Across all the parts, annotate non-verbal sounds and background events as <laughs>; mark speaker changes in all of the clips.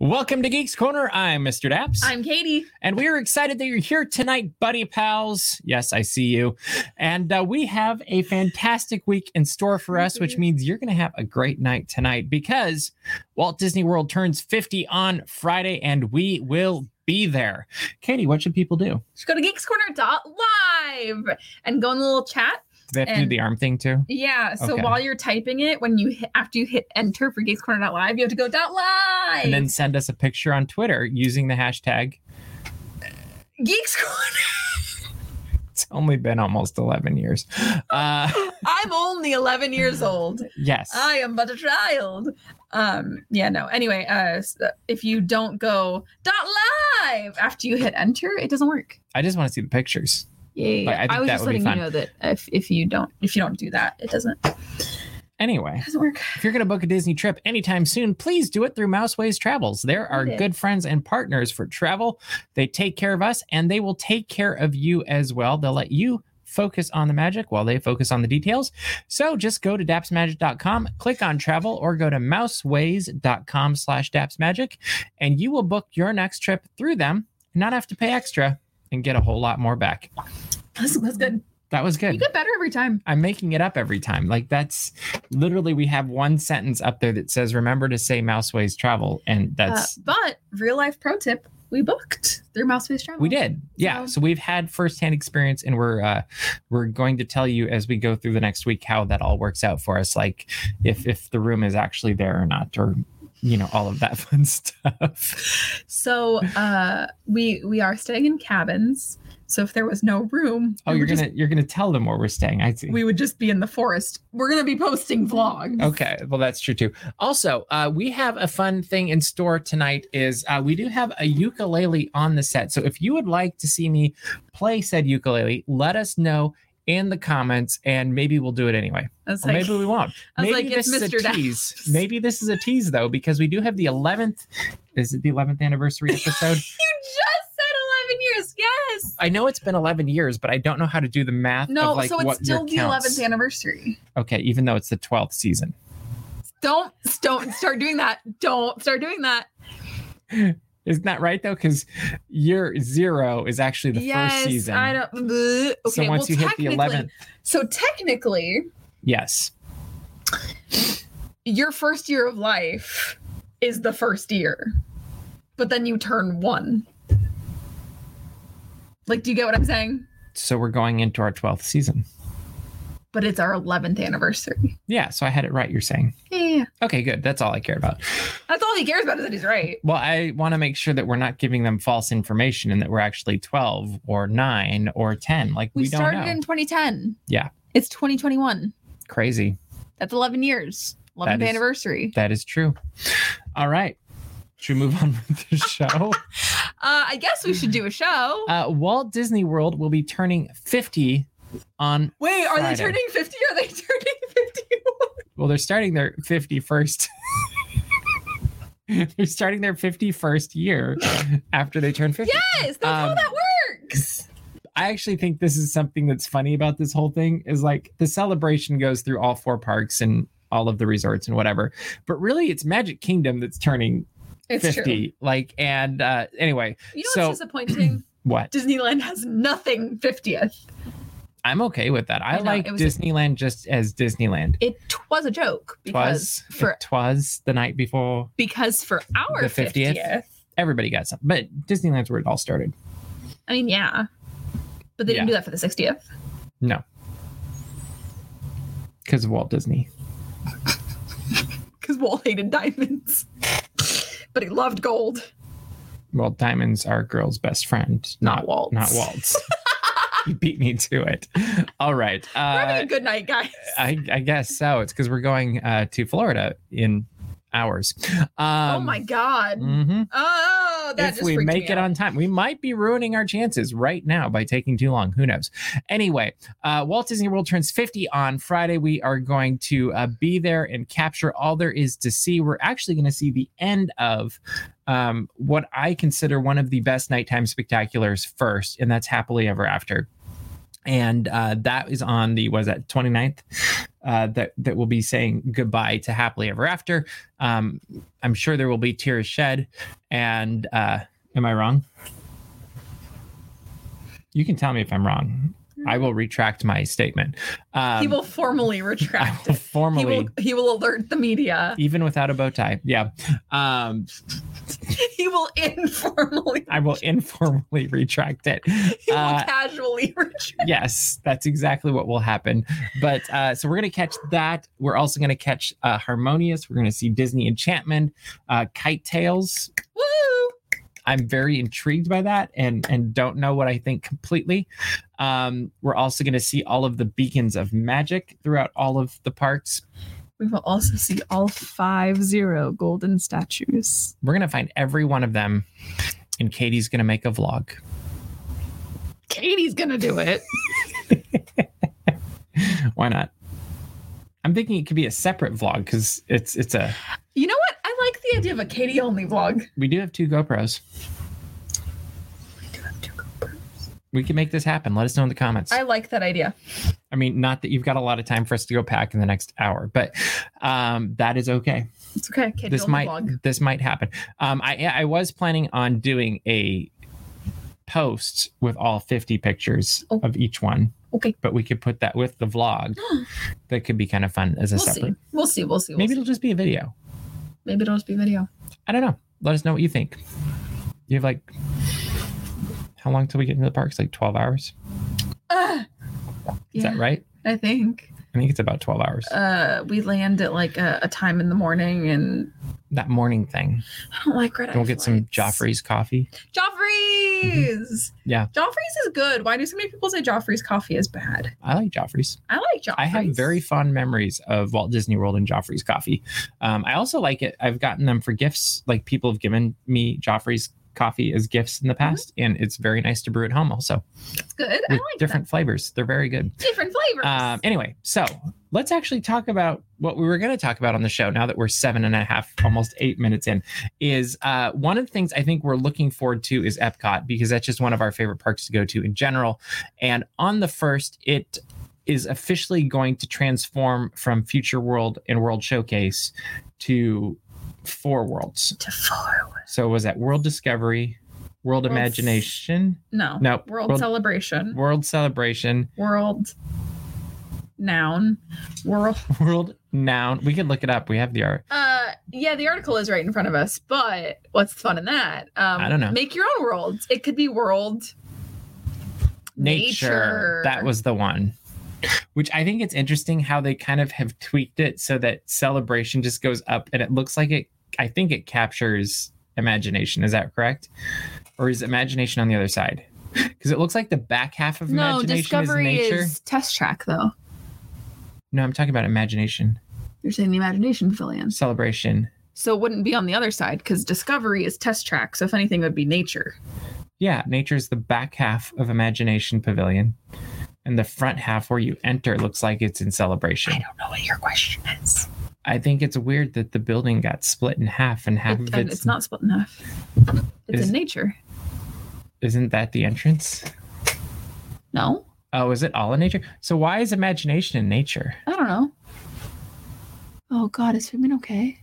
Speaker 1: Welcome to Geeks Corner. I'm Mr. Daps.
Speaker 2: I'm Katie.
Speaker 1: and we are excited that you're here tonight, buddy pals. Yes, I see you. And uh, we have a fantastic week in store for us, which means you're going to have a great night tonight because Walt Disney World turns 50 on Friday and we will be there. Katie, what should people do?
Speaker 2: Just go to geekscorner.live and go in the little chat.
Speaker 1: Do they have to do
Speaker 2: And-
Speaker 1: the arm thing too?
Speaker 2: Yeah. So
Speaker 1: Okay.
Speaker 2: while you're typing it, when you hit, after you hit enter for geekscorner.live, you have to go dot live.
Speaker 1: And then send us a picture on Twitter using the hashtag.
Speaker 2: Geeks Corner. <laughs>
Speaker 1: It's only been almost 11 years. Uh,
Speaker 2: <laughs> I'm only
Speaker 1: <laughs>
Speaker 2: 11 years old.
Speaker 1: yes.
Speaker 2: I am but a child. Um. Yeah. No. Anyway. Uh. s- If you don't go dot live after you hit enter, it doesn't work.
Speaker 1: I just want to see the pictures.
Speaker 2: Yay.
Speaker 1: Like, I think
Speaker 2: I, was
Speaker 1: that
Speaker 2: just
Speaker 1: would be
Speaker 2: letting
Speaker 1: fun.
Speaker 2: you know that if if you don't if you don't do that, it doesn't
Speaker 1: Anyway.
Speaker 2: doesn't work. <laughs>
Speaker 1: If you're going to book a Disney trip anytime soon, please do it through Mouseways Travels. They're our
Speaker 2: Yeah.
Speaker 1: good friends and partners for travel. They take care of us and they will take care of you as well. They'll let you focus on the magic while they focus on the details. So just go to dapsmagic.com, click on travel or go to mouseways.com slash dapsmagic and you will book your next trip through them and not have to pay extra and get a whole lot more back.
Speaker 2: That's, that's good.
Speaker 1: That was
Speaker 2: You
Speaker 1: good.
Speaker 2: get better every time.
Speaker 1: I'm making it up every time. Like that's literally we have one sentence up there that says remember to say Mouseways travel and that's
Speaker 2: Uh, but real life pro tip, we booked through Mouseways Travel.
Speaker 1: we did. Yeah.
Speaker 2: so-
Speaker 1: So we've had firsthand experience and we're uh we're going to tell you as we go through the next week how that all works out for us like if if the room is actually there or not or you know all of that <laughs> fun stuff.
Speaker 2: So uh, we we are staying in cabins. So if there was no room,
Speaker 1: Oh,
Speaker 2: we
Speaker 1: you're
Speaker 2: would
Speaker 1: going to you're going to tell them where we're staying. I see.
Speaker 2: just, we would just be in the forest. We're gonna be posting vlogs.
Speaker 1: Okay, well that's true too. Also, uh, we have a fun thing in store tonight. Is uh, we do have a ukulele on the set. So if you would like to see me play said ukulele, let us know in the comments, and maybe we'll do it anyway.
Speaker 2: I was
Speaker 1: Or
Speaker 2: like,
Speaker 1: maybe we won't.
Speaker 2: <laughs> I was
Speaker 1: Maybe
Speaker 2: like, it's
Speaker 1: this is a
Speaker 2: Mr.
Speaker 1: tease.
Speaker 2: Daps.
Speaker 1: Maybe this is a tease though, because we do have the 11th. Is it the 11th anniversary
Speaker 2: <laughs>
Speaker 1: episode?
Speaker 2: you just said eleven years. Yes.
Speaker 1: I know it's been 11 years, but I don't know how to do the math.
Speaker 2: No,
Speaker 1: of, like,
Speaker 2: so
Speaker 1: what
Speaker 2: it's still
Speaker 1: your
Speaker 2: the
Speaker 1: counts-
Speaker 2: eleventh anniversary.
Speaker 1: Okay, even though it's the 12th season.
Speaker 2: Don't don't start doing that. Don't start doing that.
Speaker 1: Isn't that right though? Because year zero is actually the
Speaker 2: yes,
Speaker 1: first season.
Speaker 2: I don't. bleh. Okay,
Speaker 1: so once
Speaker 2: well,
Speaker 1: you hit the
Speaker 2: technically-
Speaker 1: 11th,
Speaker 2: so technically,
Speaker 1: yes,
Speaker 2: your first year of life is the first year, but then you turn one. Like, do you get what I'm saying?
Speaker 1: so we're going into our 12th season.
Speaker 2: But it's our 11th anniversary.
Speaker 1: Yeah, so I had it right. You're saying
Speaker 2: Yeah.
Speaker 1: okay, good. That's all I care about.
Speaker 2: That's all he cares about is that he's right.
Speaker 1: Well, I want to make sure that we're not giving them false information and that we're actually 12 or nine or 10. Like we,
Speaker 2: We,
Speaker 1: don't
Speaker 2: started
Speaker 1: know.
Speaker 2: in 2010.
Speaker 1: Yeah.
Speaker 2: It's 2021.
Speaker 1: Crazy.
Speaker 2: That's 11 years. 11th
Speaker 1: That is-
Speaker 2: anniversary.
Speaker 1: That is true. All right. Should we move on <laughs> with the
Speaker 2: <laughs>
Speaker 1: show?
Speaker 2: Uh, I guess we should do a show.
Speaker 1: Uh, Walt Disney World will be turning 50 on
Speaker 2: Wait, are
Speaker 1: Friday.
Speaker 2: they turning 50? Are they <laughs> turning 50?
Speaker 1: Well, they're starting their 51st. <laughs> they're starting their 51st year after they turn 50.
Speaker 2: yes, that's how
Speaker 1: Um,
Speaker 2: that works.
Speaker 1: I actually think this is something that's funny about this whole thing is like the celebration goes through all four parks and all of the resorts and whatever. But really it's Magic Kingdom that's turning
Speaker 2: It's
Speaker 1: 50.
Speaker 2: true.
Speaker 1: Like and uh anyway,
Speaker 2: You know
Speaker 1: So-
Speaker 2: what's
Speaker 1: <clears throat>
Speaker 2: disappointing?
Speaker 1: what?
Speaker 2: Disneyland has nothing 50th.
Speaker 1: I'm okay with that. I,
Speaker 2: I know,
Speaker 1: like
Speaker 2: it was-
Speaker 1: Disneyland just as Disneyland.
Speaker 2: it t- was a joke because
Speaker 1: Twas
Speaker 2: for
Speaker 1: it twas the night before
Speaker 2: because for our
Speaker 1: The 50th?
Speaker 2: 50th,
Speaker 1: everybody got something. But Disneyland's where it all started.
Speaker 2: I mean yeah but they
Speaker 1: Yeah.
Speaker 2: didn't do that for the 60th
Speaker 1: No. Because of Walt Disney.
Speaker 2: because Walt hated diamonds <laughs> but he loved gold
Speaker 1: Well, diamonds are girl's best friend, not
Speaker 2: Walt's.
Speaker 1: Not Walt's. <laughs> you beat me to it. All right.
Speaker 2: we're having
Speaker 1: Uh,
Speaker 2: a good night guys
Speaker 1: I, I guess so. It's because we're going uh, to Florida in hours. Um,
Speaker 2: oh my god
Speaker 1: mhm.
Speaker 2: oh that
Speaker 1: If
Speaker 2: just
Speaker 1: we
Speaker 2: freaked
Speaker 1: make
Speaker 2: me
Speaker 1: it
Speaker 2: out.
Speaker 1: on time, we might be ruining our chances right now by taking too long. Who knows? Anyway, uh, Walt Disney World turns 50 on Friday. We are going to uh, be there and capture all there is to see. We're actually going to see the end of um, what I consider one of the best nighttime spectaculars first, and that's Happily Ever After. and uh, that is on the was that 29th uh, that that will be saying goodbye to happily ever after um, i'm sure there will be tears shed and uh, am i wrong you can tell me if i'm wrong i will retract my statement um,
Speaker 2: Hmm. he will formally
Speaker 1: I
Speaker 2: retract
Speaker 1: will
Speaker 2: it. He
Speaker 1: formally
Speaker 2: will, he will alert the media.
Speaker 1: <laughs> even without a bow tie yeah um,
Speaker 2: He will informally,
Speaker 1: i will informally retract it
Speaker 2: <laughs> he will
Speaker 1: Uh,
Speaker 2: casually <laughs> retract.
Speaker 1: yes, that's exactly what will happen. But uh, so we're gonna catch that. We're also gonna catch uh, Harmonious. We're gonna see Disney Enchantment, uh, Kite Tales.
Speaker 2: Woo!
Speaker 1: I'm very intrigued by that, and and don't know what I think completely. Um, we're also gonna see all of the beacons of magic throughout all of the parks.
Speaker 2: We will also see all five zero golden statues.
Speaker 1: We're gonna find every one of them, and Katie's gonna make a vlog.
Speaker 2: Katie's gonna do it.
Speaker 1: Why not? I'm thinking it could be a separate vlog because it's it's a
Speaker 2: You know what? I like the idea of a Katie only vlog.
Speaker 1: we do have two GoPros. we can make this happen. Let us know in the comments.
Speaker 2: I
Speaker 1: I,
Speaker 2: like that idea.
Speaker 1: mean, not that you've got a lot of time for us to go pack in the next hour, but um, that is okay.
Speaker 2: It's okay. Katie
Speaker 1: this
Speaker 2: only
Speaker 1: might
Speaker 2: vlog.
Speaker 1: this might happen. Um, I I was planning on doing a post with all 50 pictures
Speaker 2: Oh.
Speaker 1: of each one,
Speaker 2: Okay.
Speaker 1: but we could put that with the vlog.
Speaker 2: <gasps>
Speaker 1: that could be kind of fun as a
Speaker 2: We'll see.
Speaker 1: separate.
Speaker 2: We'll see. We'll see. We'll
Speaker 1: Maybe
Speaker 2: see.
Speaker 1: it'll just be a video.
Speaker 2: Maybe it'll just be video.
Speaker 1: I don't know. Let us know what you think. You have like how long till we get into the parks? Like twelve hours?
Speaker 2: Uh,
Speaker 1: Is
Speaker 2: yeah,
Speaker 1: that right?
Speaker 2: I think.
Speaker 1: I think it's about twelve hours.
Speaker 2: Uh, we land at like a, a time in the morning, and
Speaker 1: that morning thing.
Speaker 2: I don't like red.
Speaker 1: And we'll
Speaker 2: eye
Speaker 1: get some
Speaker 2: flights.
Speaker 1: Joffrey's coffee.
Speaker 2: Joffrey's.
Speaker 1: Yeah.
Speaker 2: Joffrey's is good. Why do so many people say Joffrey's coffee is bad?
Speaker 1: I like Joffrey's.
Speaker 2: I like Joffrey's.
Speaker 1: I have very fond memories of Walt Disney World and Joffrey's coffee. Um, I also like it. I've gotten them for gifts. Like people have given me Joffrey's coffee as gifts in the past, and it's very nice to brew at home also
Speaker 2: It's good. Mm-hmm. I
Speaker 1: with
Speaker 2: like
Speaker 1: different flavors. They're very good.
Speaker 2: that. different flavors.
Speaker 1: Um, anyway, so let's actually talk about what we were going to talk about on the show. Now that we're seven and a half, almost eight minutes in, is uh, one of the things I think we're looking forward to is Epcot because that's just one of our favorite parks to go to in general. And on the first, it is officially going to transform from Future World and World Showcase to Four Worlds.
Speaker 2: to four.
Speaker 1: So it was that World Discovery, World
Speaker 2: World-
Speaker 1: Imagination,
Speaker 2: No.
Speaker 1: no
Speaker 2: World,
Speaker 1: World-
Speaker 2: celebration.
Speaker 1: World Celebration, <laughs>
Speaker 2: World. Noun. World.
Speaker 1: World Noun. We could look it up. We have the art.
Speaker 2: Uh, yeah, the article is right in front of us, but what's the fun in that? Um,
Speaker 1: I don't know.
Speaker 2: Make your own worlds. It could be world
Speaker 1: nature. That was the one. Which I think it's interesting how they kind of have tweaked it so that celebration just goes up and it looks like it I think it captures imagination. Is that correct? Or is imagination on the other side? Because it looks like the back half of
Speaker 2: no
Speaker 1: imagination
Speaker 2: discovery
Speaker 1: is
Speaker 2: is,
Speaker 1: nature.
Speaker 2: test track though.
Speaker 1: No, I'm talking about imagination.
Speaker 2: You're saying the imagination pavilion,
Speaker 1: Celebration.
Speaker 2: so it wouldn't be on the other side because discovery is test track. So if anything, it would be nature.
Speaker 1: Yeah, nature is the back half of imagination pavilion. And the front half where you enter looks like it's in celebration.
Speaker 2: I don't know what your question is.
Speaker 1: I think it's weird that the building got split in half and half
Speaker 2: It-
Speaker 1: of
Speaker 2: and
Speaker 1: it's,
Speaker 2: it's not split enough. It's
Speaker 1: Is-
Speaker 2: in nature.
Speaker 1: isn't that the entrance?
Speaker 2: No,
Speaker 1: Oh, is it all in nature? So why is imagination in nature?
Speaker 2: I don't know. Oh God, is Figment okay?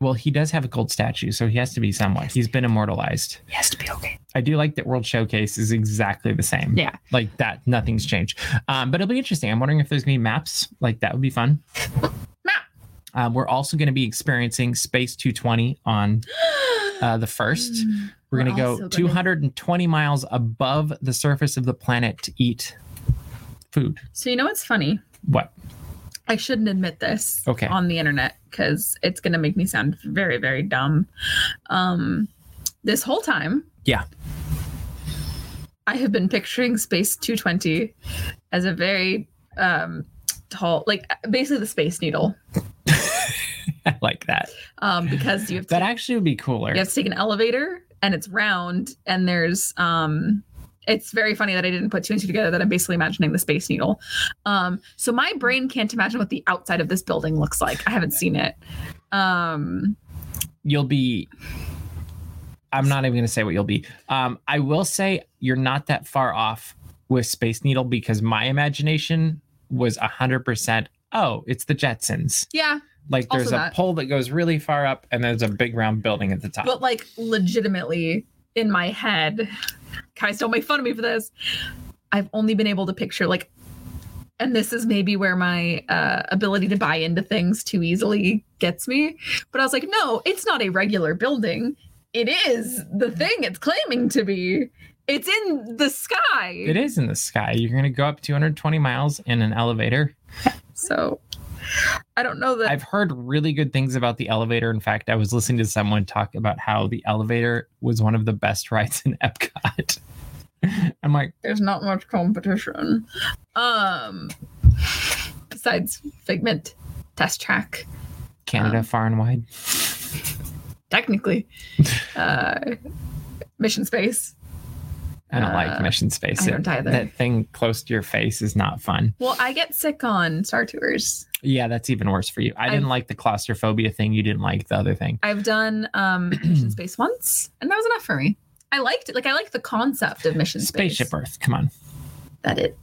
Speaker 1: Well, he does have a gold statue, so he has to be somewhat. He's been immortalized.
Speaker 2: He has to be okay.
Speaker 1: I do like that World Showcase is exactly the same.
Speaker 2: Yeah.
Speaker 1: Like that, nothing's changed. Um, but it'll be interesting. I'm wondering if there's gonna be maps. Like that would be fun.
Speaker 2: Map.
Speaker 1: Um, we're also gonna be experiencing Space 220 on uh, the first.
Speaker 2: Mm,
Speaker 1: We're gonna
Speaker 2: we're
Speaker 1: go
Speaker 2: also gonna-
Speaker 1: 220 miles above the surface of the planet to eat food.
Speaker 2: <gasps> So you know what's funny?
Speaker 1: What? <laughs>
Speaker 2: I shouldn't admit this
Speaker 1: Okay.
Speaker 2: on the internet because it's going to make me sound very, very dumb. Um, this whole time,
Speaker 1: Yeah.
Speaker 2: I have been picturing Space 220 as a very um, tall, like basically the Space Needle,
Speaker 1: I like that.
Speaker 2: um, because you have, to,
Speaker 1: That actually would be cooler.
Speaker 2: you have to take an elevator and it's round and there's. Um, it's very funny that I didn't put two and two together that I'm basically imagining the Space Needle. Um, so my brain can't imagine what the outside of this building looks like. I haven't seen it. Um,
Speaker 1: you'll be i'm not even going to say what you'll be um, i will say you're not that far off with Space Needle because my imagination was 100%, oh, it's the Jetsons.
Speaker 2: Yeah,
Speaker 1: Like there's
Speaker 2: Also
Speaker 1: a
Speaker 2: that.
Speaker 1: pole that goes really far up and there's a big round building at the top.
Speaker 2: but like legitimately in my head, guys, don't make fun of me for this. I've only been able to picture like, and this is maybe where my uh, ability to buy into things too easily gets me. But I was like, no, it's not a regular building. It is the thing it's claiming to be. It's in the sky.
Speaker 1: it is in the sky. You're going to go up 220 miles in an elevator.
Speaker 2: So I don't know that.
Speaker 1: I've heard really good things about the elevator. In fact, I was listening to someone talk about how the elevator was one of the best rides in Epcot. <laughs> I'm like,
Speaker 2: there's not much competition. Um, besides Figment, Test Track,
Speaker 1: Canada
Speaker 2: Um,
Speaker 1: far and wide.
Speaker 2: technically, uh, Mission Space.
Speaker 1: I don't
Speaker 2: uh,
Speaker 1: like Mission Space.
Speaker 2: I don't
Speaker 1: It-
Speaker 2: either.
Speaker 1: That thing close to your face is not fun.
Speaker 2: Well, I get sick on Star Tours.
Speaker 1: Yeah, that's even worse for you. I didn't
Speaker 2: I've-
Speaker 1: like the claustrophobia thing. You didn't like the other thing.
Speaker 2: I've done um, <clears throat> Mission Space once, and that was enough for me. I liked it. Like I liked the concept of Mission Space.
Speaker 1: Spaceship Earth. Come on.
Speaker 2: That it.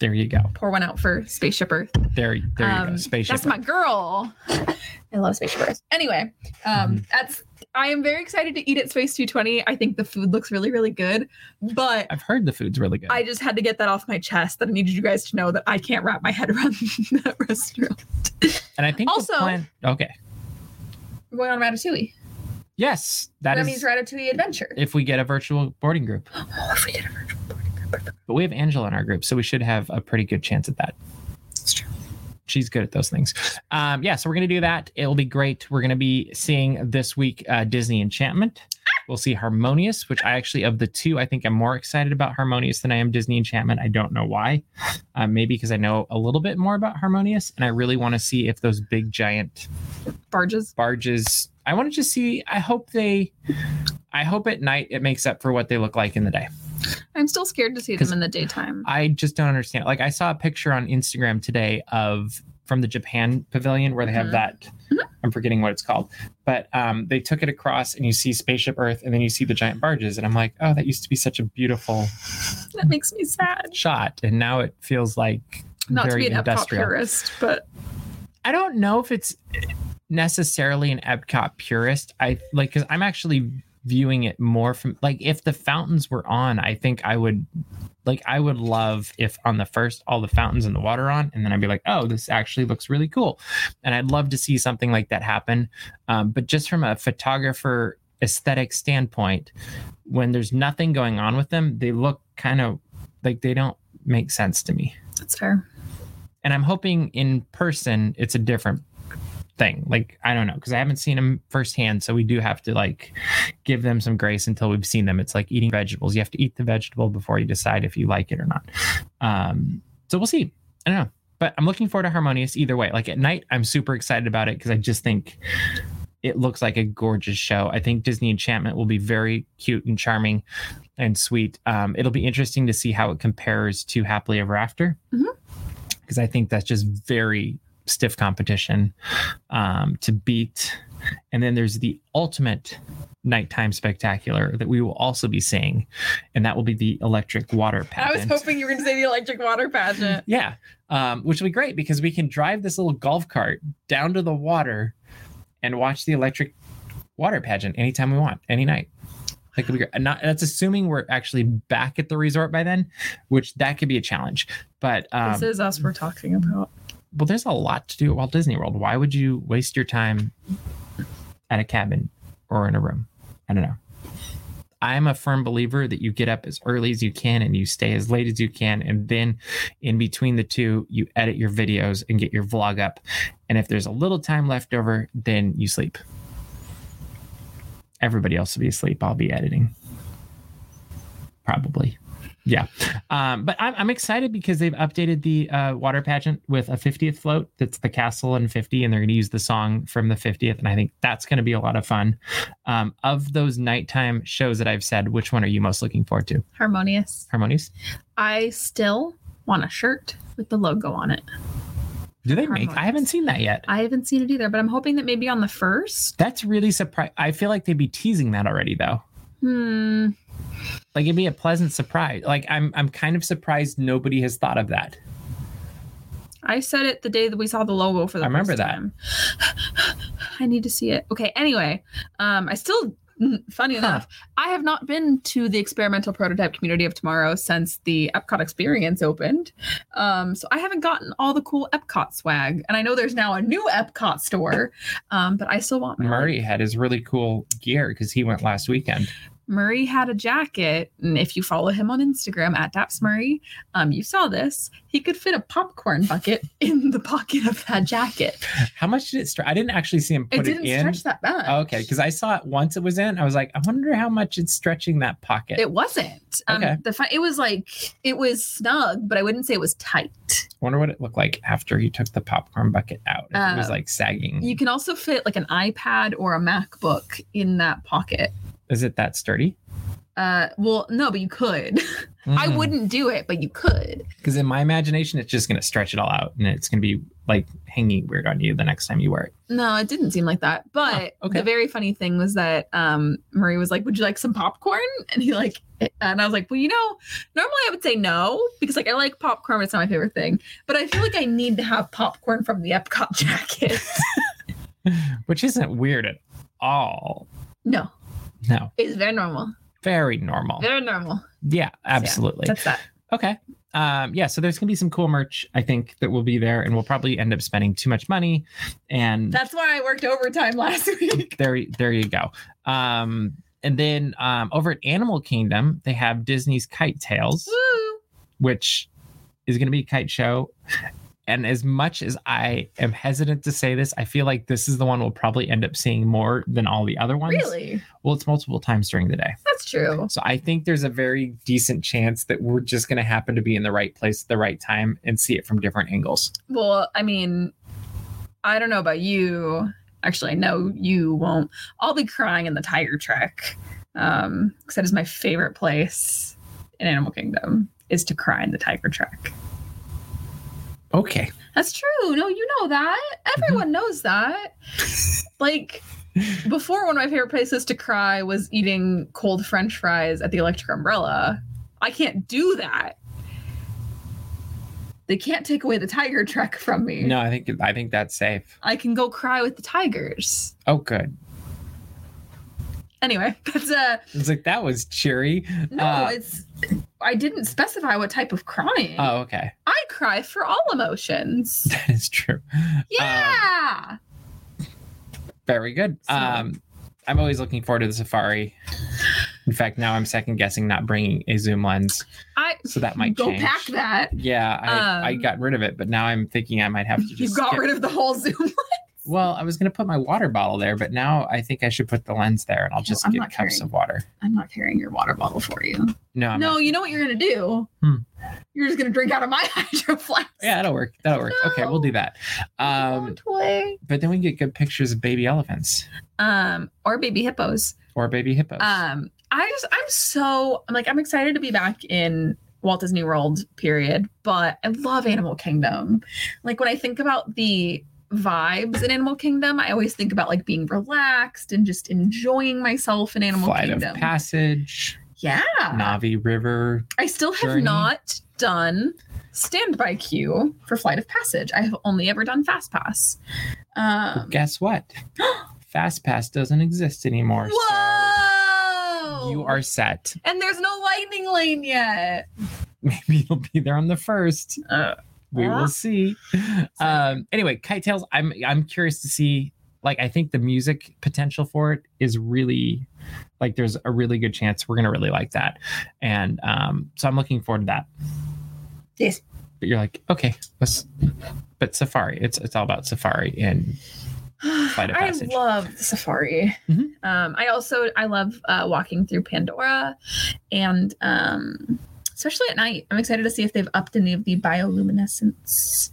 Speaker 1: There you go.
Speaker 2: Pour one out for Spaceship Earth.
Speaker 1: There, there you go.
Speaker 2: Um,
Speaker 1: Spaceship
Speaker 2: That's my girl. <laughs> I love Space Earth. Anyway,
Speaker 1: Mm-hmm.
Speaker 2: um, that's I am very excited to eat at Space 220. I think the food looks really, really good, but
Speaker 1: I've heard the food's really good.
Speaker 2: I just had to get that off my chest that I needed you guys to know that I can't wrap my head around <laughs> that restaurant.
Speaker 1: and I think the
Speaker 2: also-
Speaker 1: plan- okay.
Speaker 2: We're going on Ratatouille.
Speaker 1: Yes, that is.
Speaker 2: Remy's Ratatouille Adventure.
Speaker 1: If we get a virtual boarding
Speaker 2: <gasps>
Speaker 1: group,
Speaker 2: Oh, I forget about
Speaker 1: but we have Angela in our group, so we should have a pretty good chance at that.
Speaker 2: That's true.
Speaker 1: She's good at those things. Um, yeah, so we're gonna do that. It'll be great. We're gonna be seeing this week uh, Disney Enchantment. We'll see Harmonious, which I actually of the two, I think I'm more excited about Harmonious than I am Disney Enchantment. I don't know why. Uh, maybe because I know a little bit more about Harmonious, and I really want to see if those big giant
Speaker 2: barges.
Speaker 1: barges. I want to just see. I hope they. I hope at night it makes up for what they look like in the day.
Speaker 2: I'm still scared to see them in the daytime.
Speaker 1: I just don't understand. Like I saw a picture on Instagram today of from the Japan pavilion where they have
Speaker 2: Mhm.
Speaker 1: that. I'm forgetting what it's called, but um, they took it across and you see spaceship Earth and then you see the giant barges and I'm like, oh, that used to be such a beautiful
Speaker 2: That makes me sad.
Speaker 1: shot, and now it feels like
Speaker 2: Not
Speaker 1: very
Speaker 2: to be an
Speaker 1: industrial.
Speaker 2: Epcot purist, but
Speaker 1: I don't know if it's necessarily an Epcot purist. I like because I'm actually viewing it more from like if the fountains were on, I think I would like I would love if on the first all the fountains and the water on, and then I'd be like, oh, this actually looks really cool, and I'd love to see something like that happen. Um, but just from a photographer aesthetic standpoint, when there's nothing going on with them, they look kind of like they don't make sense to me
Speaker 2: that's fair.
Speaker 1: and I'm hoping in person it's a different thing. Like I don't know because I haven't seen them firsthand, so we do have to like give them some grace until we've seen them. It's like eating vegetables; you have to eat the vegetable before you decide if you like it or not. Um, so we'll see. I don't know, but I'm looking forward to Harmonious either way. Like at night, I'm super excited about it because I just think it looks like a gorgeous show. I think Disney Enchantment will be very cute and charming and sweet. Um, it'll be interesting to see how it compares to Happily Ever After
Speaker 2: Mhm.
Speaker 1: because I think that's just very stiff competition um, to beat. And then there's the ultimate nighttime spectacular that we will also be seeing, and that will be the electric water pageant.
Speaker 2: I was hoping you were going to say the electric water pageant.
Speaker 1: Yeah, um, which will be great because we can drive this little golf cart down to the water and watch the electric water pageant anytime we want, any night. That could be great. And Not, that's assuming we're actually back at the resort by then, which that could be a challenge. But um,
Speaker 2: this is us we're talking about.
Speaker 1: well, there's a lot to do at Walt Disney World. Why would you waste your time at a cabin or in a room? I don't know. I'm a firm believer that you get up as early as you can and you stay as late as you can. And then in between the two, you edit your videos and get your vlog up. And if there's a little time left over, then you sleep. Everybody else will be asleep. I'll be editing. Probably. Yeah. Um, but I'm, I'm excited because they've updated the uh, water pageant with a 50th float that's the castle and 50, and they're going to use the song from the 50th. And I think that's going to be a lot of fun. Um, of those nighttime shows that I've said, which one are you most looking forward to?
Speaker 2: Harmonious.
Speaker 1: Harmonious?
Speaker 2: I still want a shirt with the logo on it.
Speaker 1: Do they make? I
Speaker 2: Harmonious.
Speaker 1: haven't seen that yet.
Speaker 2: I haven't seen it either, but I'm hoping that maybe on the first.
Speaker 1: That's really surprising. I feel like they'd be teasing that already, though.
Speaker 2: Hmm.
Speaker 1: Like it'd be a pleasant surprise. Like I'm I'm kind of surprised nobody has thought of that.
Speaker 2: I said it the day that we saw the logo for the
Speaker 1: I remember
Speaker 2: first
Speaker 1: that.
Speaker 2: time. <sighs> I need to see it. Okay, anyway, um, I still, mm, funny enough, I have not been to the experimental prototype community of tomorrow since the Epcot experience opened. Um, so I haven't gotten all the cool Epcot swag. And I know there's now a new Epcot store, um, but I still want my
Speaker 1: Murray had his really cool gear because he went last weekend.
Speaker 2: Murray had a jacket, and if you follow him on Instagram at Daps Murray, um, you saw this. He could fit a popcorn bucket <laughs> in the pocket of that jacket.
Speaker 1: How much did it stretch? I didn't actually see him put
Speaker 2: it
Speaker 1: it,
Speaker 2: didn't
Speaker 1: in.
Speaker 2: stretch that much.
Speaker 1: Oh, Okay, because I saw it once it was in. I was like, I wonder how much it's stretching that pocket.
Speaker 2: it wasn't. Um,
Speaker 1: Okay.
Speaker 2: The fi- it was like it was snug, but I wouldn't say it was tight.
Speaker 1: wonder what it looked like after he took the popcorn bucket out. If it was
Speaker 2: Uh,
Speaker 1: like sagging.
Speaker 2: You can also fit like an iPad or a MacBook in that pocket.
Speaker 1: Is it that sturdy?
Speaker 2: Uh, well, no, but you could. <laughs> I
Speaker 1: Mm.
Speaker 2: wouldn't do it, but you could.
Speaker 1: Because Hmm. in my imagination, it's just going to stretch it all out and it's going to be like hanging weird on you the next time you wear it.
Speaker 2: No, it didn't seem like that. But
Speaker 1: okay.
Speaker 2: the very funny thing was that um, Marie was like, "Would you like some popcorn?" <laughs> And he like, and I was like, "Well, you know, normally I would say no because like I like popcorn, but it's not my favorite thing. But I feel like I need to have popcorn from the Epcot <laughs> jacket.
Speaker 1: Which isn't weird at all.
Speaker 2: no,
Speaker 1: No,
Speaker 2: it's very normal,
Speaker 1: very normal.
Speaker 2: very normal.
Speaker 1: Yeah, absolutely.
Speaker 2: That's that.
Speaker 1: Okay. Um, yeah, so there's going to be some cool merch, I think, that will be there, and we'll probably end up spending too much money. And
Speaker 2: That's why I worked overtime <laughs> last week.
Speaker 1: there, there you go. Um, and then um, over at Animal Kingdom, they have Disney's Kite Tales.
Speaker 2: Woo!
Speaker 1: which is going to be a kite show. And as much as I am hesitant to say this, I feel like this is the one we'll probably end up seeing more than all the other ones.
Speaker 2: Really?
Speaker 1: Well, it's multiple times during the day.
Speaker 2: That's true.
Speaker 1: So I think there's a very decent chance that we're just going to happen to be in the right place at the right time and see it from different angles.
Speaker 2: Well, I mean, I don't know about you. Actually, I know you won't. I'll be crying in the tiger trek um, because that is my favorite place in Animal Kingdom is to cry in the tiger trek.
Speaker 1: Okay.
Speaker 2: That's true. No, you know that.
Speaker 1: Mm-hmm.
Speaker 2: Everyone knows
Speaker 1: <laughs>
Speaker 2: that. like before, one of my favorite places to cry was eating cold French fries at the Electric Umbrella. I can't do that. They can't take away the tiger <laughs> trek from me.
Speaker 1: No, I think I think that's safe.
Speaker 2: I can go cry with the tigers.
Speaker 1: Oh, good.
Speaker 2: Anyway, <laughs> that's uh
Speaker 1: It's like that was cheery.
Speaker 2: no,
Speaker 1: Uh,
Speaker 2: it's I didn't specify what type of crying.
Speaker 1: oh, okay. <laughs>
Speaker 2: I cry for all emotions.
Speaker 1: That is true.
Speaker 2: Yeah.
Speaker 1: Very good.
Speaker 2: So-
Speaker 1: Um, I'm always looking forward to the safari. In fact, now I'm second guessing not bringing a zoom lens,
Speaker 2: I
Speaker 1: so that might
Speaker 2: go
Speaker 1: change.
Speaker 2: pack that.
Speaker 1: Yeah, I, I
Speaker 2: Um,
Speaker 1: got rid of it, but now I'm thinking I might have to
Speaker 2: You
Speaker 1: just.
Speaker 2: got
Speaker 1: skip-
Speaker 2: rid of the whole Zoom.
Speaker 1: Well, I was gonna put my water bottle there, but now I think I should put the lens there, and I'll just
Speaker 2: I'm
Speaker 1: get
Speaker 2: not
Speaker 1: cups
Speaker 2: carrying-
Speaker 1: of water.
Speaker 2: I'm not carrying your water bottle for you.
Speaker 1: No, I'm
Speaker 2: no,
Speaker 1: not-
Speaker 2: you know what you're gonna do?
Speaker 1: Hmm.
Speaker 2: You're just gonna drink out of my <laughs> hydro flask.
Speaker 1: Yeah, that'll work. That'll work. Okay, we'll do that. Um,
Speaker 2: Don't we?
Speaker 1: but then we can get good pictures of baby elephants
Speaker 2: um, or baby hippos.
Speaker 1: or baby hippos.
Speaker 2: Um, I just I'm so I'm like I'm excited to be back in Walt Disney World period, but I love Animal Kingdom. Like when I think about the vibes in Animal Kingdom, I always think about like being relaxed and just enjoying myself in Animal
Speaker 1: Flight
Speaker 2: Kingdom. Uh,
Speaker 1: of Passage,
Speaker 2: yeah.
Speaker 1: Navi River.
Speaker 2: I still have
Speaker 1: Journey.
Speaker 2: not done standby queue for Flight of Passage. I have only ever done Fast Pass. Um,
Speaker 1: But guess
Speaker 2: <gasps>
Speaker 1: what? Fast Pass doesn't exist anymore. so-
Speaker 2: whoa!
Speaker 1: You are set. <laughs>
Speaker 2: and there's no lightning lane yet.
Speaker 1: Maybe you'll be there on the first.
Speaker 2: Uh,
Speaker 1: We
Speaker 2: Yeah.
Speaker 1: will see. Um, anyway, Kite Tales, I'm I'm curious to see. Like, I think the music potential for it is really like there's a really good chance we're gonna really like that. And um, so I'm looking forward to that.
Speaker 2: Yes.
Speaker 1: But you're like, okay, let's but Safari. It's it's all about Safari and Flight of
Speaker 2: I
Speaker 1: Passage.
Speaker 2: love the safari.
Speaker 1: Mhm.
Speaker 2: Um, I also I love uh, walking through Pandora, and um, especially at night. I'm excited to see if they've upped any of the bioluminescence.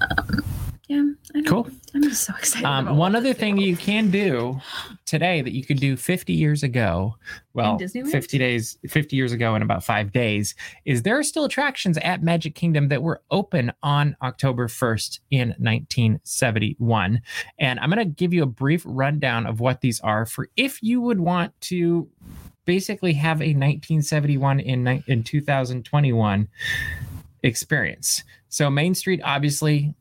Speaker 2: Um, yeah, I don't-
Speaker 1: Cool.
Speaker 2: I'm just so excited.
Speaker 1: um,
Speaker 2: about
Speaker 1: one
Speaker 2: Walt
Speaker 1: other
Speaker 2: Disney
Speaker 1: thing
Speaker 2: World.
Speaker 1: you can do today that you could do 50 years ago well
Speaker 2: Disneyland?
Speaker 1: 50 days 50 years ago in about five days is there are still attractions at magic kingdom that were open on october 1st in 1971 and i'm going to give you a brief rundown of what these are for if you would want to basically have a 1971 and ni- and 2021 experience. So Main Street, obviously,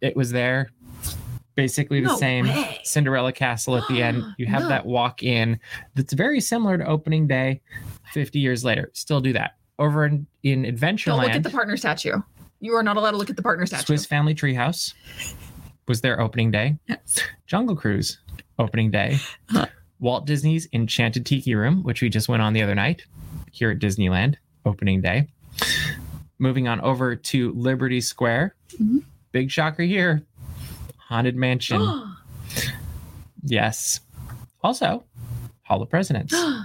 Speaker 1: it was there. Basically the
Speaker 2: No
Speaker 1: same
Speaker 2: way.
Speaker 1: Cinderella Castle at the
Speaker 2: <gasps>
Speaker 1: end. You have that walk in that's very similar to opening day 50 years later. Still do that. Over in, in
Speaker 2: Don't look at
Speaker 1: Adventureland,
Speaker 2: the partner statue. You are not allowed to look at the partner statue.
Speaker 1: Swiss Family Treehouse was their opening day.
Speaker 2: Yes.
Speaker 1: Jungle Cruise opening day,
Speaker 2: Huh.
Speaker 1: Walt Disney's Enchanted Tiki Room, which we just went on the other night here at Disneyland, opening day. Moving on over to Liberty Square,
Speaker 2: Mhm.
Speaker 1: big shocker here, Haunted
Speaker 2: <gasps>
Speaker 1: Mansion. yes. Also, Hall of
Speaker 2: <gasps>
Speaker 1: Presidents. You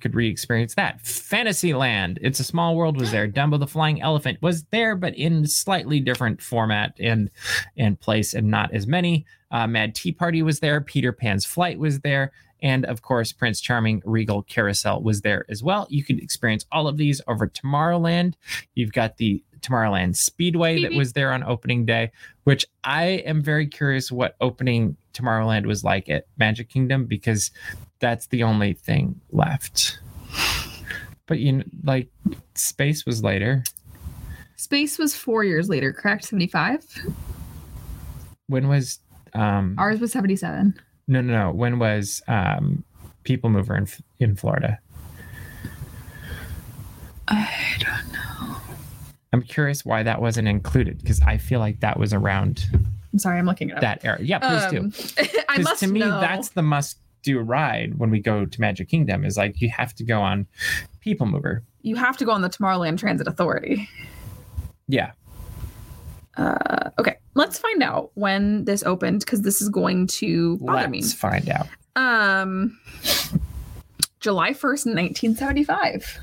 Speaker 1: could re-experience that. Fantasyland, It's a Small World was there. Dumbo the Flying Elephant was there, but in slightly different format and and place, and not as many. Uh, Mad Tea Party was there. Peter Pan's Flight was there, and of course Prince Charming Regal Carousel was there as well. You could experience all of these over Tomorrowland. You've got the Tomorrowland Speedway that
Speaker 2: Beep,
Speaker 1: was there on opening day, which I am very curious what opening Tomorrowland was like at Magic Kingdom because that's the only thing left. But you know, like space was later.
Speaker 2: Space was four years later, correct? 75?
Speaker 1: When was um
Speaker 2: Ours was <sighs> 77.
Speaker 1: no no no when was um people mover in F- in Florida?
Speaker 2: I don't
Speaker 1: I'm curious why that wasn't included because I feel like that was around
Speaker 2: I'm sorry, I'm looking it up.
Speaker 1: that era. Yeah, please do.
Speaker 2: do. Um, <laughs> I
Speaker 1: Because
Speaker 2: must
Speaker 1: to me
Speaker 2: know.
Speaker 1: that's the must do ride when we go to Magic Kingdom is like you have to go on People Mover.
Speaker 2: you have to go on the Tomorrowland Transit Authority.
Speaker 1: Yeah.
Speaker 2: Uh, okay, let's find out when this opened because this is going to bother
Speaker 1: Let's
Speaker 2: me.
Speaker 1: find out.
Speaker 2: Um, July 1st, 1975.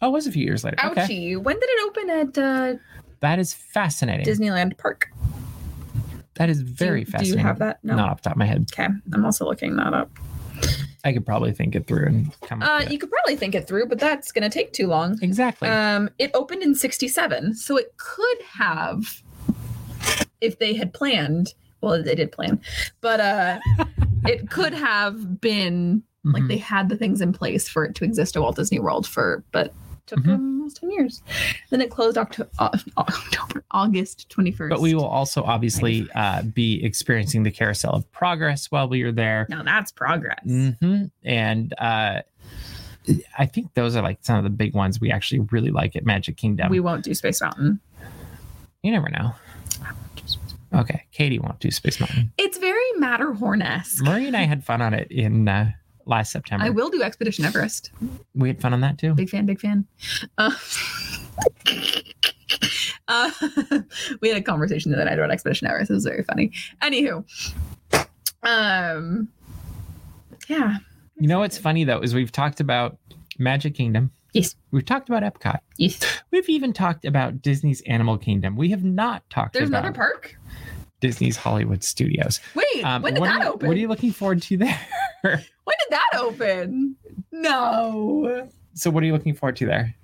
Speaker 1: Oh, it was a few years later.
Speaker 2: Ouchie.
Speaker 1: Okay.
Speaker 2: When did it open at uh,
Speaker 1: That is fascinating.
Speaker 2: Disneyland Park?
Speaker 1: that is
Speaker 2: Do you-
Speaker 1: very
Speaker 2: Do
Speaker 1: fascinating.
Speaker 2: you have that? No.
Speaker 1: Not off the top of my head.
Speaker 2: Okay, I'm also looking that up.
Speaker 1: I could probably think it through and come up
Speaker 2: Uh,
Speaker 1: with it.
Speaker 2: you could probably think it through, but that's going to take too long.
Speaker 1: Exactly.
Speaker 2: Um, it opened in 67, so it could have, if they had planned, well, they did plan,
Speaker 1: <laughs>
Speaker 2: but uh, it could have been like
Speaker 1: Mhm.
Speaker 2: they had the things in place for it to exist at Walt Disney World for, but took
Speaker 1: Mhm.
Speaker 2: them almost 10 years. Then it closed Octo- uh, October, August 21st.
Speaker 1: but we will also obviously uh, be experiencing the carousel of progress while we are there.
Speaker 2: Now that's progress.
Speaker 1: hmm And uh, I think those are like some of the big ones we actually really like at Magic Kingdom.
Speaker 2: We won't do Space Mountain.
Speaker 1: you never know. Okay, Katie won't do Space Mountain.
Speaker 2: It's very Matterhorn esque.
Speaker 1: Marie and I had fun on it in uh, last September.
Speaker 2: I will do Expedition Everest.
Speaker 1: we had fun on that too.
Speaker 2: big fan big fan uh, <laughs> uh, <laughs> we had a conversation the other night about expedition hours it was very funny anywho um yeah
Speaker 1: You know what's funny though is we've talked about Magic Kingdom.
Speaker 2: Yes.
Speaker 1: We've talked about Epcot.
Speaker 2: yes
Speaker 1: We've even talked about Disney's Animal Kingdom. We have not talked
Speaker 2: there's
Speaker 1: about
Speaker 2: another park
Speaker 1: Disney's Hollywood Studios.
Speaker 2: wait
Speaker 1: Um,
Speaker 2: when did
Speaker 1: what,
Speaker 2: that
Speaker 1: are, you-
Speaker 2: open
Speaker 1: what are you looking forward to there? <laughs>
Speaker 2: when did that open no
Speaker 1: So, what are you looking forward to there?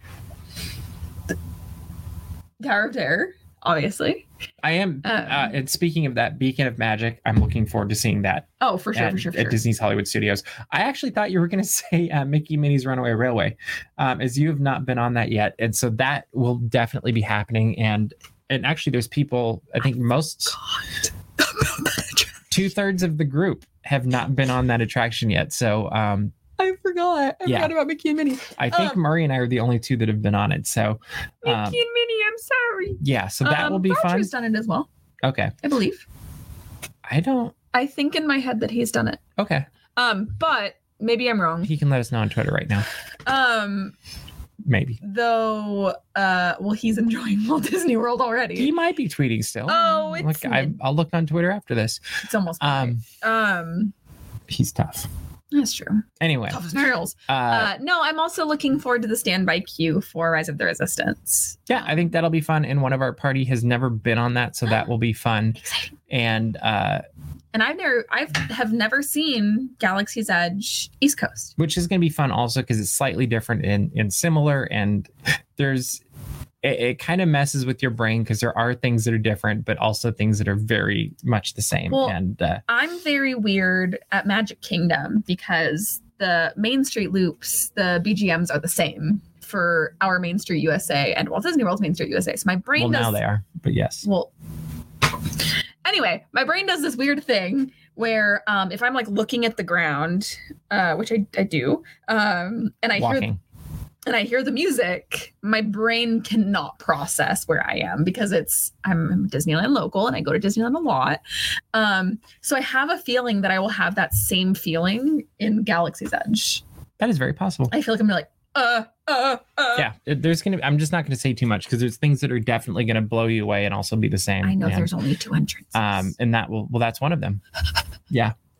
Speaker 2: tower of terror obviously
Speaker 1: I am.
Speaker 2: Um,
Speaker 1: uh, and speaking of that, Beacon of Magic, I'm looking forward to seeing that
Speaker 2: oh for sure
Speaker 1: at,
Speaker 2: for sure for
Speaker 1: at
Speaker 2: sure
Speaker 1: Disney's Hollywood Studios. I actually thought you were going to <laughs> say uh, Mickey Minnie's Runaway Railway, um, as you have not been on that yet, and so that will definitely be happening. And and actually, there's people. I think most two thirds of the group have not been on that attraction yet. So um,
Speaker 2: i forgot i
Speaker 1: Yeah.
Speaker 2: forgot about mickey and minnie
Speaker 1: I think
Speaker 2: Um,
Speaker 1: Murray and I are the only two that have been on it. So
Speaker 2: mickey
Speaker 1: um,
Speaker 2: and minnie i'm sorry
Speaker 1: yeah, so that
Speaker 2: Um,
Speaker 1: will be fun.
Speaker 2: Roger's done it as well
Speaker 1: Okay,
Speaker 2: i believe
Speaker 1: I don't.
Speaker 2: i think in my head that he's done it
Speaker 1: Okay,
Speaker 2: Um, but maybe I'm wrong.
Speaker 1: he can let us know on Twitter right now.
Speaker 2: Um,
Speaker 1: Maybe
Speaker 2: though, uh, well, he's enjoying <laughs> Walt Disney World already.
Speaker 1: he might be tweeting still.
Speaker 2: Oh, it's
Speaker 1: Look, I,
Speaker 2: mid.
Speaker 1: I'll look on Twitter after this.
Speaker 2: It's almost
Speaker 1: Um,
Speaker 2: um,
Speaker 1: he's tough.
Speaker 2: that's true.
Speaker 1: Anyway,
Speaker 2: Tough as nails.
Speaker 1: uh,
Speaker 2: Uh, no, I'm also looking forward to the standby queue for Rise of the Resistance.
Speaker 1: yeah, I think that'll be fun. And one of our party has never been on that, so that will be fun.
Speaker 2: Exciting.
Speaker 1: And uh,
Speaker 2: And I've never, I've have never seen Galaxy's Edge East Coast.
Speaker 1: which is going to be fun also because it's slightly different and, and similar. And <laughs> there's it, it kind of messes with your brain because there are things that are different, but also things that are very much the same.
Speaker 2: Well-
Speaker 1: and uh,
Speaker 2: I'm very weird at Magic Kingdom because the Main Street loops, the BGMs are the same for our Main Street USA and Walt Disney World's Main Street USA. So my brain
Speaker 1: Well,
Speaker 2: does
Speaker 1: now they are, but yes.
Speaker 2: well anyway my brain does this weird thing where um if i'm like looking at the ground uh which i, I do um and i hear
Speaker 1: Walking.
Speaker 2: and i hear the music my brain cannot process where i am because it's i'm I'm a disneyland local and i go to disneyland a lot um so i have a feeling that i will have that same feeling in galaxy's edge
Speaker 1: That is very possible.
Speaker 2: i feel like i'm gonna like uh uh uh
Speaker 1: yeah, it- there's gonna. I'm just not gonna say too much because there's things that are definitely gonna blow you away and also be the same.
Speaker 2: i know
Speaker 1: and,
Speaker 2: there's only two entrances
Speaker 1: um, and that will well, that's one of them,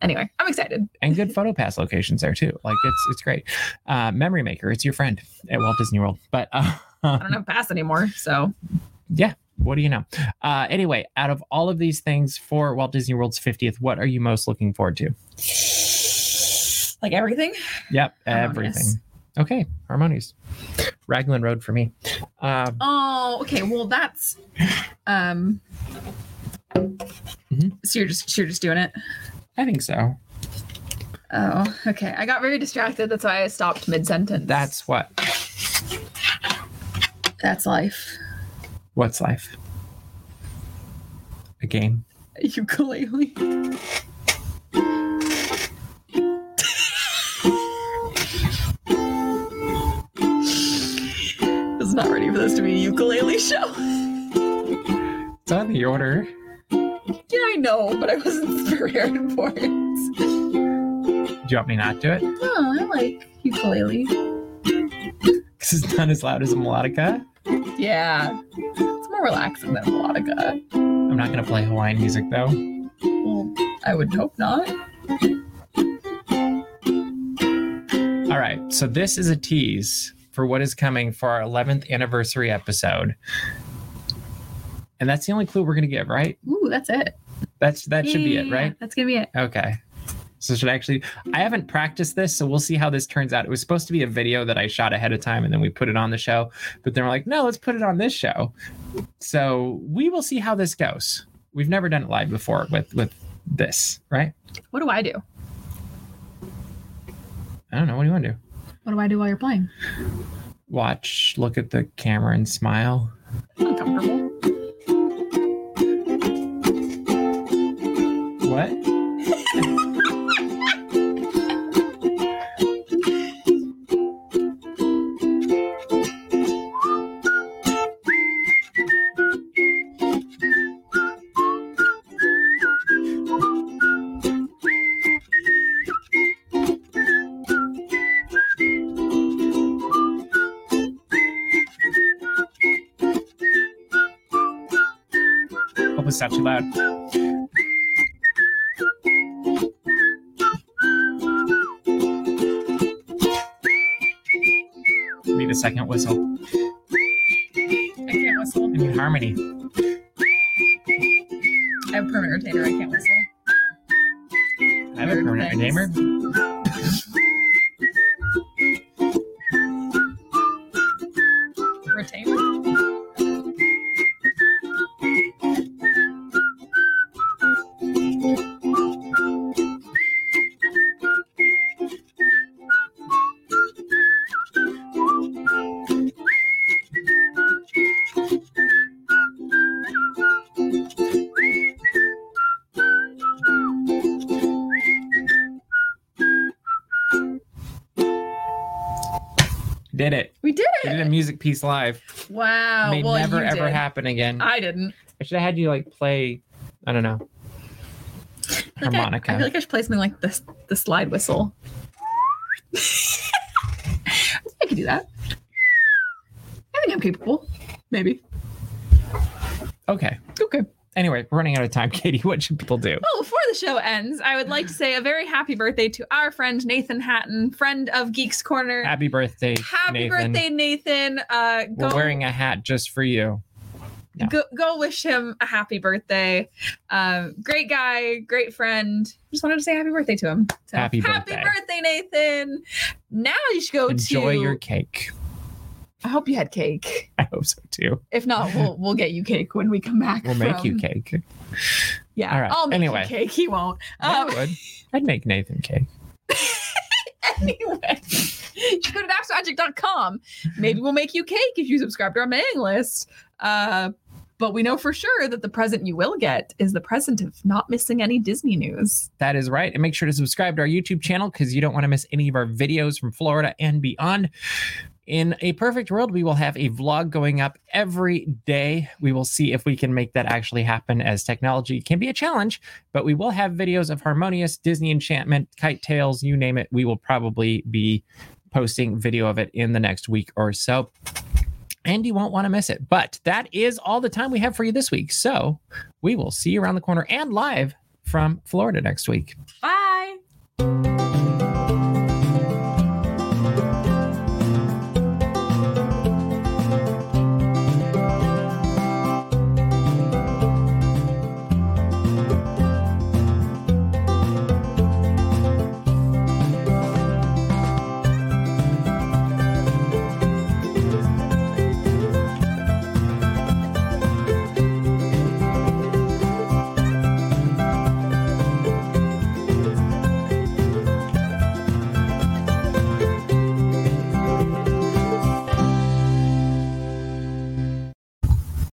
Speaker 2: anyway i'm excited
Speaker 1: and
Speaker 2: <laughs>
Speaker 1: good photo pass locations there too. Like it's it's great. Uh, Memory Maker, it's your friend at Walt Disney World. But uh, <laughs>
Speaker 2: i don't have a pass anymore so
Speaker 1: what do you know? Uh, anyway, out of all of these things for Walt Disney World's 50th, what are you most looking forward to?
Speaker 2: like everything
Speaker 1: Yep,
Speaker 2: Harmonious.
Speaker 1: everything. Okay, harmonies. Raglan Road for me. Uh,
Speaker 2: Oh, okay. Well, that's um.
Speaker 1: Mhm.
Speaker 2: So you're just you're just doing it.
Speaker 1: I think so.
Speaker 2: Oh, okay. I got very distracted. That's why I stopped mid sentence.
Speaker 1: That's what.
Speaker 2: that's life.
Speaker 1: What's life? A game.
Speaker 2: <laughs> Ukulele. It's not ready for this to be a ukulele show.
Speaker 1: It's on the order.
Speaker 2: Yeah, I know, but I wasn't <laughs> prepared for it.
Speaker 1: Do you want me not to do it?
Speaker 2: Oh, I like ukulele.
Speaker 1: Because it's not as loud as a melodica.
Speaker 2: Yeah. It's more relaxing than melodica.
Speaker 1: I'm not going to play Hawaiian music though.
Speaker 2: Well, I would hope not.
Speaker 1: All right. So this is a tease for what is coming for our 11th anniversary episode. And that's the only clue we're going to give, right?
Speaker 2: Ooh, that's it.
Speaker 1: That's that should be it,
Speaker 2: Yeah,
Speaker 1: right?
Speaker 2: That's gonna be it.
Speaker 1: Okay. So should I actually I haven't practiced this, so we'll see how this turns out. It was supposed to be a video that I shot ahead of time and then we put it on the show, but then we're like, no, let's put it on this show. So we will see how this goes. We've never done it live before with with this, right?
Speaker 2: What do I do?
Speaker 1: I don't know. What do you want to do?
Speaker 2: What do I do while you're playing?
Speaker 1: Watch, look at the camera and smile.
Speaker 2: Uncomfortable.
Speaker 1: What? Oh, was that too loud? Need a second whistle.
Speaker 2: I can't whistle.
Speaker 1: I need harmony.
Speaker 2: I have permanent retainer. I can't whistle.
Speaker 1: I have a permanent
Speaker 2: Thanks.
Speaker 1: redeemer.
Speaker 2: Retainer.
Speaker 1: Did it.
Speaker 2: We did
Speaker 1: We did a
Speaker 2: it.
Speaker 1: music piece live.
Speaker 2: Wow.
Speaker 1: May
Speaker 2: Oh, well,
Speaker 1: never
Speaker 2: you
Speaker 1: ever
Speaker 2: did.
Speaker 1: happen again. I,
Speaker 2: I didn't.
Speaker 1: should have had you like play, I don't know,
Speaker 2: Like, I-
Speaker 1: harmonica.
Speaker 2: I, feel like I should play something like this. The slide whistle. <laughs> I could do that. I think I'm capable. Maybe.
Speaker 1: okay.
Speaker 2: Okay.
Speaker 1: Anyway, we're running out of time, <laughs> Katie. What should people do?
Speaker 2: Well, before the show ends, I would like to say a very happy birthday to our friend Nathan Hatton, friend of Geeks Corner. Happy,
Speaker 1: Happy birthday. Nathan.
Speaker 2: birthday, Nathan! Uh,
Speaker 1: We're
Speaker 2: go,
Speaker 1: wearing a hat just for you. yeah.
Speaker 2: go go wish him a happy birthday. Um, great guy, great friend. Just wanted to say happy birthday to him. So,
Speaker 1: Happy birthday.
Speaker 2: birthday, Nathan! Now you should go
Speaker 1: Enjoy
Speaker 2: to.
Speaker 1: your cake. <laughs>
Speaker 2: I hope you had cake.
Speaker 1: I hope so too.
Speaker 2: If
Speaker 1: <laughs>
Speaker 2: not, we'll we'll get you cake when we come back.
Speaker 1: We'll make you
Speaker 2: from-
Speaker 1: cake.
Speaker 2: Yeah.
Speaker 1: All right,
Speaker 2: I'll make you
Speaker 1: anyway.
Speaker 2: cake. He won't.
Speaker 1: I
Speaker 2: Um,
Speaker 1: would. I'd make Nathan cake.
Speaker 2: <laughs> anyway, you go to dapsmagic.com. Maybe we'll make you cake if you subscribe to our mailing list. Uh, but we know for sure that the present you will get is the present of not missing any Disney news.
Speaker 1: That is right. And make sure to subscribe to our YouTube channel because you don't want to miss any of our videos from Florida and beyond. In a perfect world, we will have a vlog going up every day. We will see if we can make that actually happen as technology can be a challenge, but we will have videos of Harmonious, Disney Enchantment, Kite Tales, you name it. We will probably be posting video of it in the next week or so. And you won't want to miss it. But that is all the time we have for you this week. So we will see you around the corner and live from Florida next week.
Speaker 2: Bye.